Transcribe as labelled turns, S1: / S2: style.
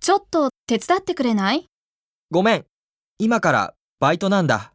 S1: ちょっと手伝ってくれない
S2: ごめん。今からバイトなんだ。